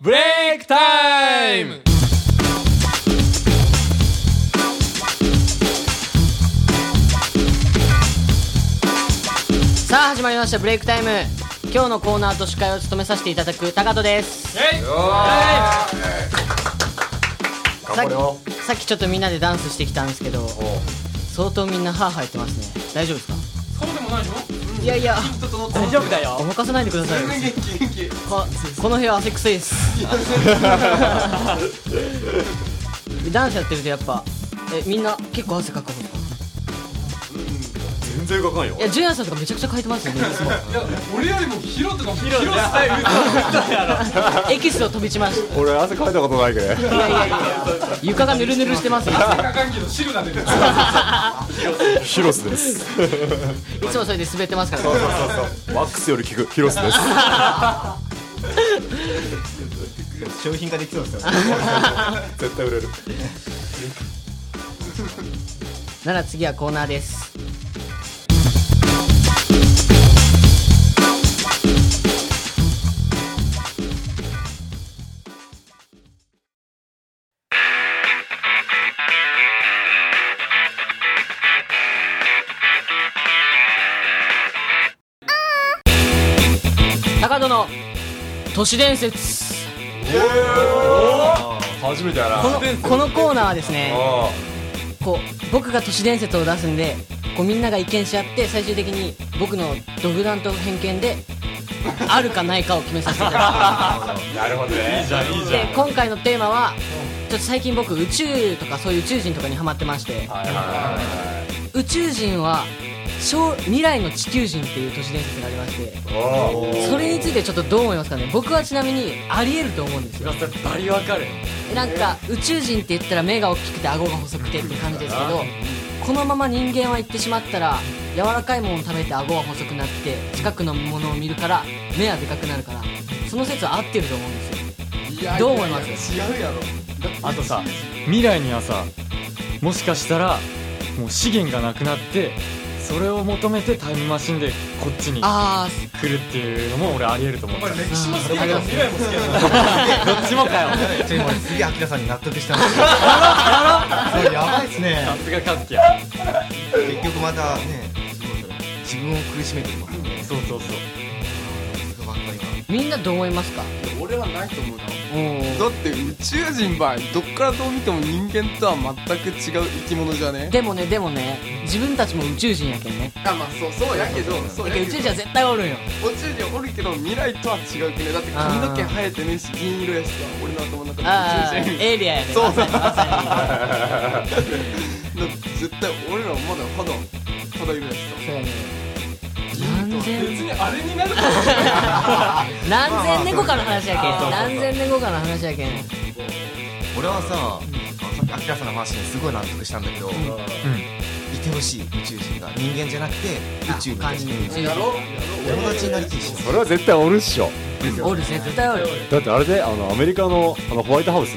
ブレイクタイムさあ始まりましたブレイクタイム今日のコーナーと司会を務めさせていただく高戸ですさっきさっきちょっとみんなでダンスしてきたんですけど相当みんな歯入ってますね大丈夫ですかそうでもないでしょいやいや大丈夫だよお任せないでくださいよ元気元気ここの部屋汗くせいです ダンスやってるとやっぱえみんな結構汗かくほ全然かかんよいやジュニアさんとかめちゃくちゃかいてますよねいつもいや俺よりもヒロとかヒロさえ歌ったやろエキスを飛び散まし俺汗かいたことない けどいやいやいや床がぬるぬるしてますよ赤換気の汁が出てるヒロスです いつもそれで滑ってますから、そうね、そうそうワックスより効くヒロスです商品化できそうですよ。 絶対売れるなら次はコーナーです高戸の都市伝説初めてやなこのこのコーナーはですねこう僕が都市伝説を出すんでこうみんなが意見し合って最終的に僕の独断と偏見であるかないかを決めさせていただき なるほどねますで今回のテーマはちょっと最近僕宇宙とかそういう宇宙人とかにハマってまして宇宙人は将未来の地球人っていう都市伝説がありましてそれについてちょっとどう思いますかね僕はちなみにありえると思うんですよバリわかるなんか宇宙人って言ったら目が大きくて顎が細くてって感じですけどこのまま人間は行ってしまったら柔らかいものを食べて顎は細くなって近くのものを見るから目はでかくなるからその説は合ってると思うんですよどう思います違うやろあとさ未来にはさもしかしたらもう資源がなくなってそれを求めてタイムマシンでこっちにあ来るっていうのも俺ありえると思う お前どっ歴史も好きやけど未来も好きやなちもかよちょ今俺すげえ明さんに納得したんですよ。それやばいっすね。さすがカッキや結局またね、自分を苦しめてるからね。そうそうそうそればっかりは。ーみんなどう思いますか俺はないと思うなおーだって宇宙人ばいどっからどう見ても人間とは全く違う生き物じゃねでもねでもね自分たちも宇宙人やけんねあまあそうそうやけどそうだけやけど宇ど宙人は絶対おるんよ宇宙人はおるけど未来とは違うくねだって髪の毛生えてねえし銀色やしさ俺の頭の中ああで宇宙人エイリアンやねそうまさにまさにだって絶対俺らはまだ肌肌色やしそうやね何千別にあれになると何千年後かの話やけん何千年後かの話やけん俺はさ、あのさっき明さんの話にすごい納得したんだけど、いてほしい宇宙人が人間じゃなくて宇宙感じ人。友達になりきりしそれは絶対おるっしょおる絶対おるだってあれであのアメリカのあのホワイトハウス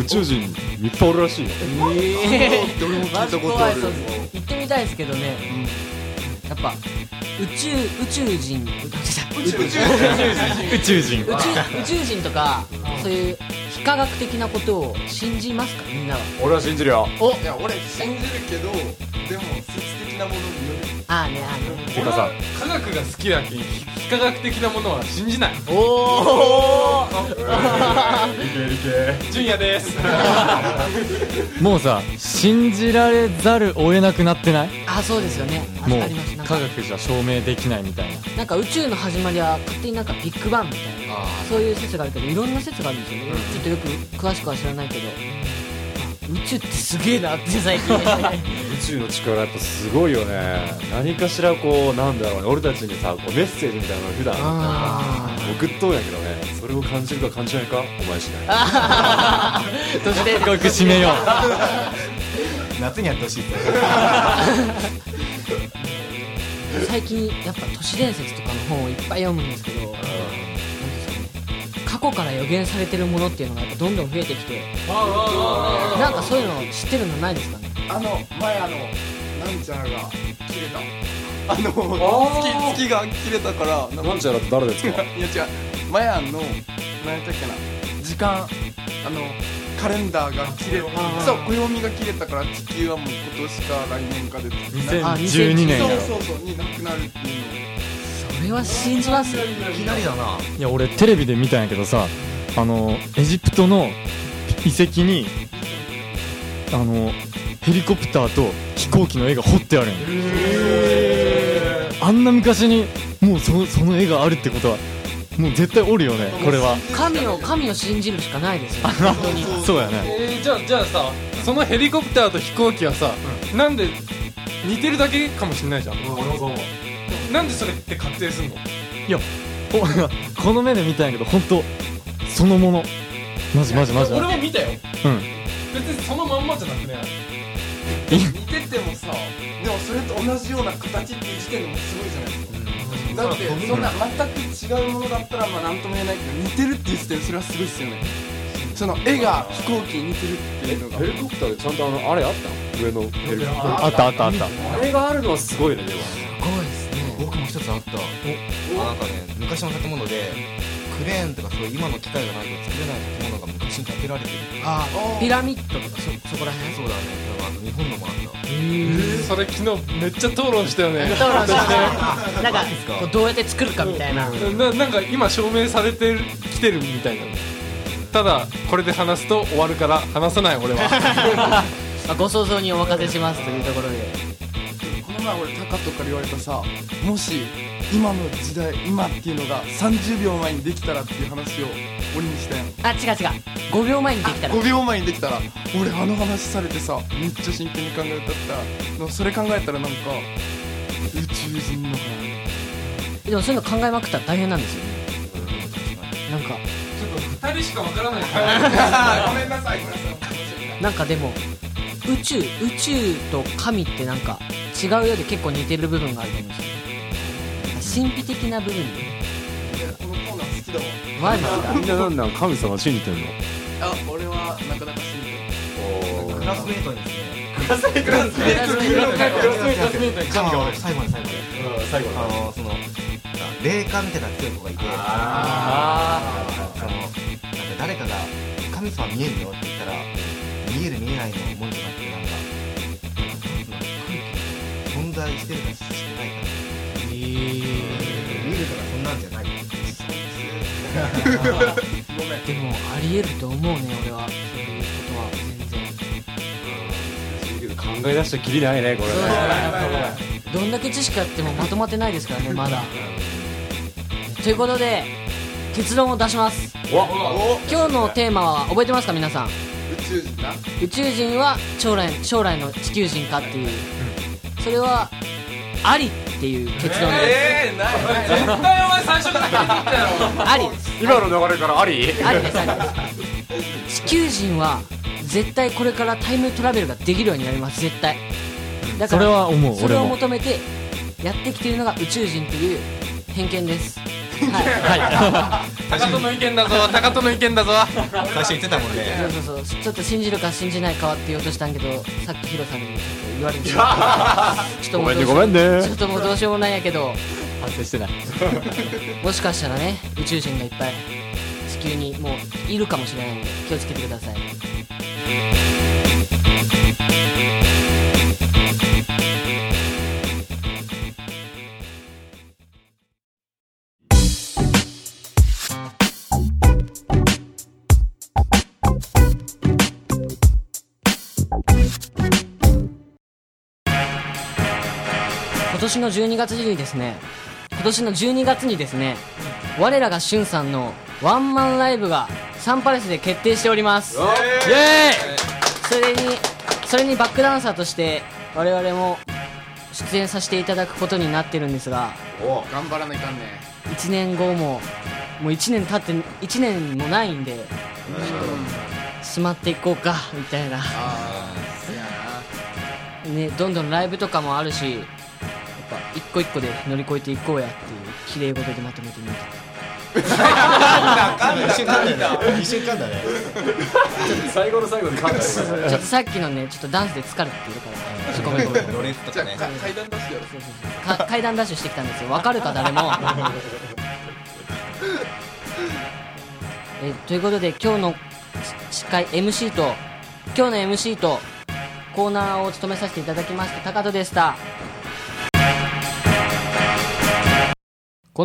宇宙人いっぱいおるらしいよえて俺も聞いたこと怖あいるそう行ってみたいですけどね、やっぱ宇宙宇宙人宇宙宇宙人宇宙宇宙人とかそういう非科学的なことを信じますかみんなは俺は信じるよといや俺信じるけどでも説的なものによるああねあのてかさ科学が好きやけん非科学的なものは信じないおお純也です もうさ信じられざるを得なくなってないあそうですよねあもうありますなんか科学じゃ証明できないみたいななんか宇宙の始まりは勝手になんかビッグバンみたいなそういう説があるけどいろんな説があるんですよね、ちょっとよく詳しくは知らないけど宇宙ってすげえなって最近宇宙の力やっぱすごいよね何かしらこうなんだろうね俺たちにさこうメッセージみたいなのを 普あ段送っとんやけどねそれを感じるか感じないかお前次第そして科学締めよう夏にやってほしいっすね。最近やっぱ都市伝説とかの本をいっぱい読むんですけど、なんていうんですかね過去から予言されてるものっていうのがやっぱどんどん増えてきてなんかそういうの知ってるのないですかねあの前あのなんちゃらが切れたあのー月月が切れたからなんかなんちゃらって誰ですかいや違うマヤの何やったっけな時間あのカレンダーが切れそう暦が切れたから地球はもう今年か来年かで2012年やろそうそうそうになくなるっていうのそれは信じますいきなりだないや俺テレビで見たんやけどさあのエジプトの遺跡にあのヘリコプターと飛行機の絵が彫ってあるんやあんな昔にもうそその絵があるってことはもう絶対おるよねこれは神を神を信じるしかないですよ ね本当にそうやねえー、じゃあじゃあさそのヘリコプターと飛行機はさ、なんで似てるだけかもしれないじゃん、なんでそれって確定すんのほ この目で見たんやけど本当そのものマジマジマジ俺も見たようん別にそのまんまじゃなくね似ててもさでもそれと同じような形っていう時点でもすごいじゃないですか、だってそんな全く違うものだったらまあ何とも言えないけど似てるっていう時点でそれはすごいっすよねその絵が飛行機に似てるっていうのが ヘリコプターでちゃんとあのあれあったの上のヘリコプターあったあったあったあれがあるのはすごいねでも僕も一つあったあなんかね昔の建物でクレーンとかそういう今の機械がないと作れない建物が昔に建てられてるあピラミッドとかそそこら辺そうだね多分あと日本のもあったそれ昨日めっちゃ討論したよね討論しましたなんかですかこうどうやって作るかみたいなななんか今証明されてるきてるみたいなのただこれで話すと終わるから話さない俺は まあご想像にお任せしますというところでこの前俺タカトから言われたさもし今の時代今っていうのが30秒前にできたらっていう話を俺にしたやあ違んう違う5秒前にできたら5秒前にできたら俺あの話されてさめっちゃ真剣に考えたったのそれ考えたらなんか宇宙人のかでもそういうの考えまくったら大変なんですよねなんか2人しかわからないなごめんなさいごめんなさいなんかでも宇宙宇宙と神ってなんか違うようで結構似てる部分があると思うんですよ神秘的な部分でこのコーナー好きだわマジかみんななんなん神様信じてんのあ俺はなかなか信じてクラスメートにですねじゃあ最後に最後に最後あのその霊感みたいな強い子がいてそのなんか誰かが「神様見えるよ」って言ったら「見える見えないのもんじゃなくてなんかなんか空気に存在してるかしてないか見えるとかそんなんじゃないって言ってたんですでもありえると思うね俺はそういうことは全然考え出したきりないねこれそうですねどんだけ知識あってもまとまってないですからねまだということで結論を出します今日のテーマは覚えてますか皆さん宇宙人な宇宙人は将来将来の地球人かっていうそれはありっていう結論ですえー、ない絶対お前最初から聞いてきたよあり今の流れからありありですありです地球人は絶対これからタイムトラベルができるようになります絶対だそれは思うそれ俺をも求めてやってきているのが宇宙人という偏見ですはい高人の意見だぞ高人の意見だぞ最初言ってたもんねそうそうそうちょっと信じるか信じないかはって言おうとしたんやけどさっきヒロさんにちょっと言われ てしまったちょっとごもうめんどうねしごめんねちょっともうどうしようもないんやけど反省してない もしかしたらね宇宙人がいっぱい地球にもういるかもしれないんで気をつけてください今年の12月にですね今年の12月にですね我らがしゅんさんのワンマンライブがサンパレスで決定しておりますイエーイそれにそれにバックダンサーとして我々も出演させていただくことになってるんですが頑張らないかんね1年後ももう1年経って1年もないんでしまっていこうかみたいなねどんどんライブとかもあるしやっぱ一個一個で乗り越えていこうやっていう綺麗事でまとめてみた一瞬噛んだよね一瞬噛んだね最後の最後で考えるちょっとさっきのねちょっとダンスで疲れてるからちょごめんごめんロレットとかね階段出してやろか階段ダッシュしてきたんですよわかるか誰もえーということで今日の司会 MC と今日の MC とコーナーを務めさせていただきました高戸でしたこ